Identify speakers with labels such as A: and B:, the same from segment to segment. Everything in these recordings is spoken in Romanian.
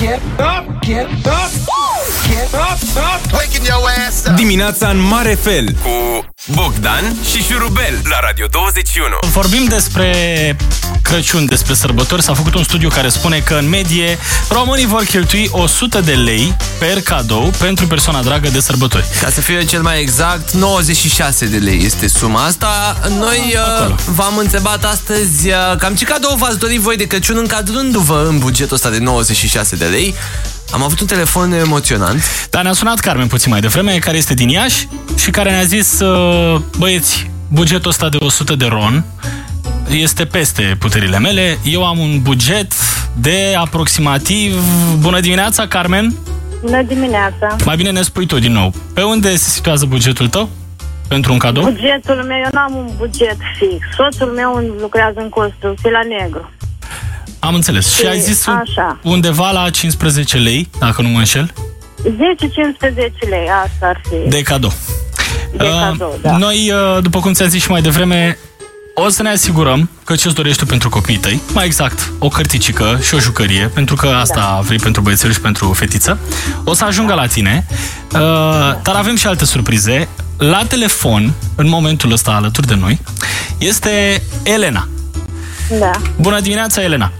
A: Get up, get up, get up, up. Waking your ass up.
B: Dimineața în mare fel cu Bogdan și Șurubel la Radio 21.
C: Vorbim despre Crăciun, despre sărbători. S-a făcut un studiu care spune că, în medie, românii vor cheltui 100 de lei per cadou pentru persoana dragă de sărbători.
D: Ca să fiu eu cel mai exact, 96 de lei este suma asta.
B: Ah,
D: Noi uh, v-am întrebat astăzi uh, cam ce cadou v-ați dorit voi de Crăciun încadrându-vă în bugetul ăsta de 96 de lei. Am avut un telefon emoționant.
C: Dar ne-a sunat Carmen puțin mai devreme, care este din Iași și care ne-a zis, uh, băieți, bugetul ăsta de 100 de ron este peste puterile mele. Eu am un buget de aproximativ... Bună dimineața, Carmen!
E: Bună dimineața!
C: Mai bine ne spui tu din nou. Pe unde se situează bugetul tău? Pentru un cadou?
E: Bugetul meu, eu nu am un buget fix. Soțul meu lucrează în construcții la negru.
C: Am înțeles. Și, și ai zis
E: așa.
C: undeva la 15 lei, dacă nu mă înșel?
E: 10-15 lei, asta ar fi.
C: De cadou.
E: De uh, cadou, da.
C: Noi, uh, după cum ți-am zis și mai devreme, o să ne asigurăm că ce-ți dorești tu pentru copiii tăi, mai exact, o cărticică și o jucărie, pentru că asta da. vrei pentru băiețel și pentru fetiță, o să ajungă la tine. Uh, dar avem și alte surprize. La telefon, în momentul ăsta alături de noi, este Elena.
E: Da.
C: Bună dimineața, Elena!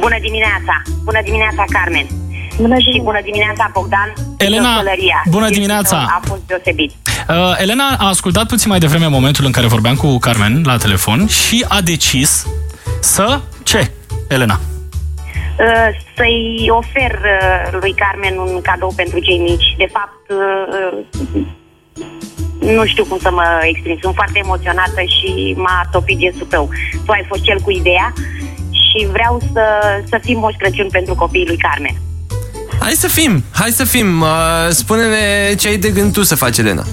F: Bună dimineața! Bună dimineața, Carmen! Bună dimineața. Și bună dimineața, Bogdan!
C: Elena, bună dimineața!
F: A fost deosebit!
C: Uh, Elena a ascultat puțin mai devreme momentul în care vorbeam cu Carmen la telefon și a decis să... Ce, Elena?
F: Uh, să-i ofer uh, lui Carmen un cadou pentru cei mici. De fapt, uh, nu știu cum să mă exprim. Sunt foarte emoționată și m-a topit gestul tău. Tu ai fost cel cu ideea și vreau să, să fim Moș Crăciun pentru copiii lui Carmen.
D: Hai să fim, hai să fim. Uh, Spune-ne ce ai de gând tu să faci, Elena.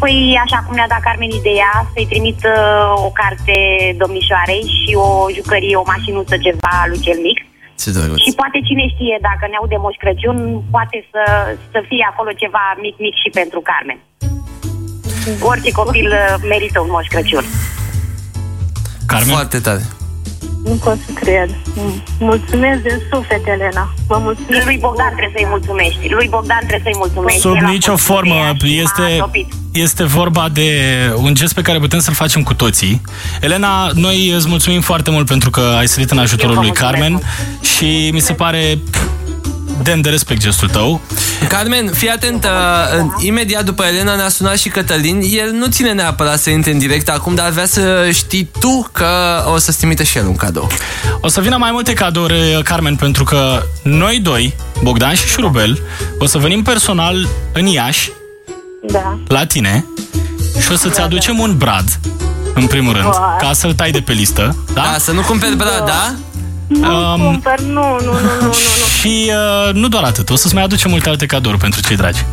F: Păi, așa cum ne-a dat Carmen ideea, să-i trimit uh, o carte domnișoarei și o jucărie, o mașinuță, ceva lui cel mic.
D: Ce drăguț.
F: Și poate cine știe, dacă ne aude Moș Crăciun, poate să, să fie acolo ceva mic, mic și pentru Carmen. Orice copil uh, merită un Moș Crăciun.
C: Carmen?
D: Foarte tare.
E: Nu pot să cred. Mulțumesc din suflet, Elena. Vă mulțumesc.
F: Lui Bogdan trebuie să-i mulțumești. Lui Bogdan trebuie să-i mulțumești.
C: Sub El nicio formă este, este vorba de un gest pe care putem să-l facem cu toții. Elena, noi îți mulțumim foarte mult pentru că ai sărit în ajutorul lui Carmen mulțumesc. și mi se pare demn de respect gestul tău.
D: Carmen, fii atentă, imediat după Elena ne-a sunat și Cătălin, el nu ține neapărat să intre în direct acum, dar vrea să știi tu că o să-ți trimite și el un cadou.
C: O să vină mai multe cadouri, uh, Carmen, pentru că noi doi, Bogdan și Șurubel, o să venim personal în Iași,
E: da.
C: la tine, și o să-ți aducem un brad, în primul rând, ca să-l tai de pe listă. Da?
D: da să nu cumperi brad, da?
E: Nu um, cumpăr, nu, nu, nu, nu, nu.
C: Și uh, nu doar atât, o să-ți mai aducem multe alte cadouri pentru cei dragi.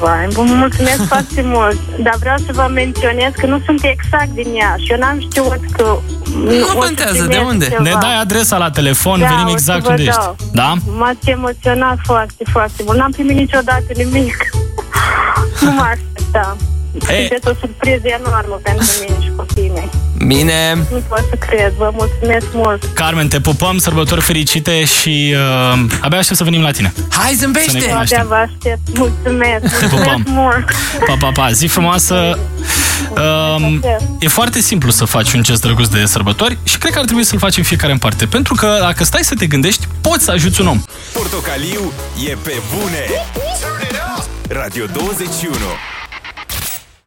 E: Vai, vă mulțumesc foarte mult, dar vreau să vă menționez că nu sunt exact din ea și eu n-am știut că...
D: Nu contează, de unde?
C: Ceva. Ne dai adresa la telefon, da, venim exact unde dau. ești. Da?
E: M-ați emoționat foarte, foarte mult, n-am primit niciodată nimic. nu mă așteptam. Sunteți o surpriză enormă pentru mine și copiii mei.
D: Bine.
E: Nu pot să cred, vă mulțumesc mult.
C: Carmen, te pupăm, sărbători fericite și uh, abia aștept să venim la tine.
D: Hai, zâmbește!
E: Să abia vă aștept, mulțumesc,
C: te
E: mulțumesc
C: pupăm. mult. Pa, pa, pa, zi frumoasă. Um, uh, e foarte simplu să faci un gest drăguț de sărbători și cred că ar trebui să-l facem fiecare în parte, pentru că dacă stai să te gândești, poți să ajuți un om.
B: Portocaliu e pe bune! Radio 21